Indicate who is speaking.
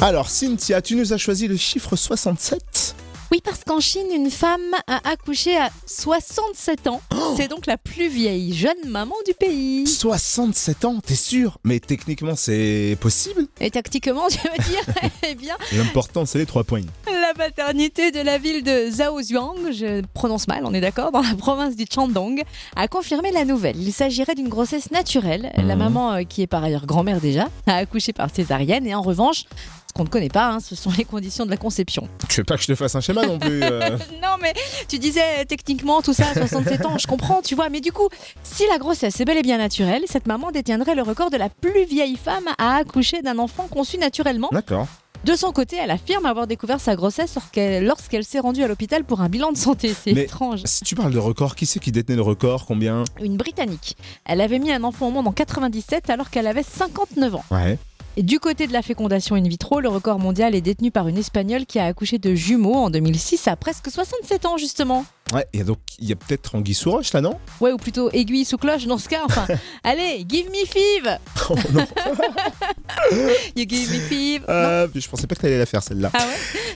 Speaker 1: Alors Cynthia, tu nous as choisi le chiffre 67
Speaker 2: Oui, parce qu'en Chine, une femme a accouché à 67 ans. C'est donc la plus vieille jeune maman du pays.
Speaker 1: 67 ans, t'es sûr Mais techniquement c'est possible
Speaker 2: Et tactiquement, je veux dire, eh bien,
Speaker 1: L'important c'est les trois poignes.
Speaker 2: la maternité de la ville de Zhaozhuang, je prononce mal, on est d'accord, dans la province du Shandong, a confirmé la nouvelle. Il s'agirait d'une grossesse naturelle. La
Speaker 1: Mhm.
Speaker 2: maman, euh, qui est par ailleurs grand-mère déjà, a accouché par césarienne. Et en revanche, ce qu'on ne connaît pas, hein, ce sont les conditions de la conception.
Speaker 1: Tu veux pas que je te fasse un schéma non plus euh.
Speaker 2: Non, mais tu disais euh, techniquement tout ça à 67 ans, je comprends, tu vois. Mais du coup, si la grossesse est bel et bien naturelle, cette maman détiendrait le record de la plus vieille femme à accoucher d'un enfant conçu naturellement.
Speaker 1: D'accord.
Speaker 2: De son côté, elle affirme avoir découvert sa grossesse lorsqu'elle- lorsqu'elle s'est rendue à l'hôpital pour un bilan de santé. C'est
Speaker 1: Mais-
Speaker 2: étrange.
Speaker 1: Si tu parles de record, qui c'est qui détenait le record Combien
Speaker 2: Une Britannique. Elle avait mis un enfant au monde en 97 alors qu'elle avait 59 ans.
Speaker 1: Ouais.
Speaker 2: Et du côté de la fécondation in vitro, le record mondial est détenu par une Espagnole qui a accouché de jumeaux en 2006 à presque 67 ans justement.
Speaker 1: Ouais, et donc il y a peut-être Anguille sous roche là, non
Speaker 2: Ouais, ou plutôt aiguille sous cloche dans ce cas. Enfin, allez, give me five
Speaker 1: Oh non
Speaker 2: You give me five Non.
Speaker 1: Euh, Je pensais pas que t'allais la faire celle-là.
Speaker 2: Ah ouais